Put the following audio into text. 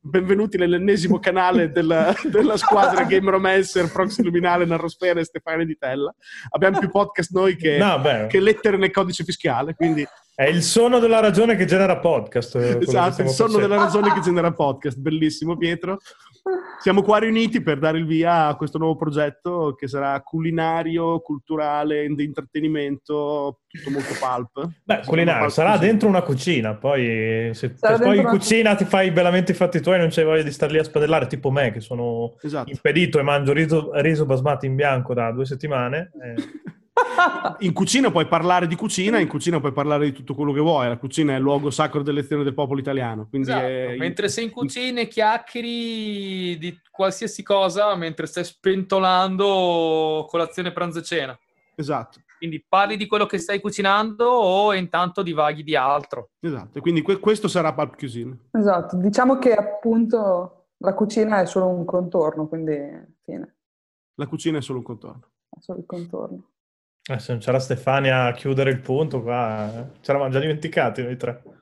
Benvenuti nell'ennesimo canale della, della squadra Game Romancer, Proxy Luminale, Narrospera e Stefania Di Tella. Abbiamo più podcast noi che, No, beh. che lettere nel codice fiscale, quindi È il sonno della ragione che genera podcast. eh, quello che esatto, il stiamo sonno facendo. della ragione che genera podcast. Bellissimo Pietro. Siamo qua riuniti per dare il via a questo nuovo progetto che sarà culinario, culturale, di intrattenimento, tutto molto pulp. Beh, culinario, sarà dentro una cucina, poi eh, se, Sarà se poi in dentro una cucina ti fai veramente i fatti tuoi non c'hai voglia di star lì a spadellare, tipo me che sono Esatto. impedito e mangio riso, riso basmati in bianco da due settimane. eh. In cucina puoi parlare di Mm-hmm. cucina, in cucina puoi parlare di tutto quello che vuoi. La cucina è il luogo sacro dell'elezione del popolo italiano. Quindi Esatto, è- Mentre sei in cucina e chiacchieri di qualsiasi cosa, mentre stai spentolando colazione, pranzo e cena. Esatto, Quindi parli di quello che stai cucinando o intanto divaghi di altro. esatto. E Quindi que- questo sarà Pulp Cuisine. Esatto, diciamo che appunto la cucina è solo un contorno, quindi fine, La cucina è solo un contorno. è solo il contorno. Eh, se non c'era Stefania a chiudere il punto qua, eh, ci eravamo già dimenticati noi tre.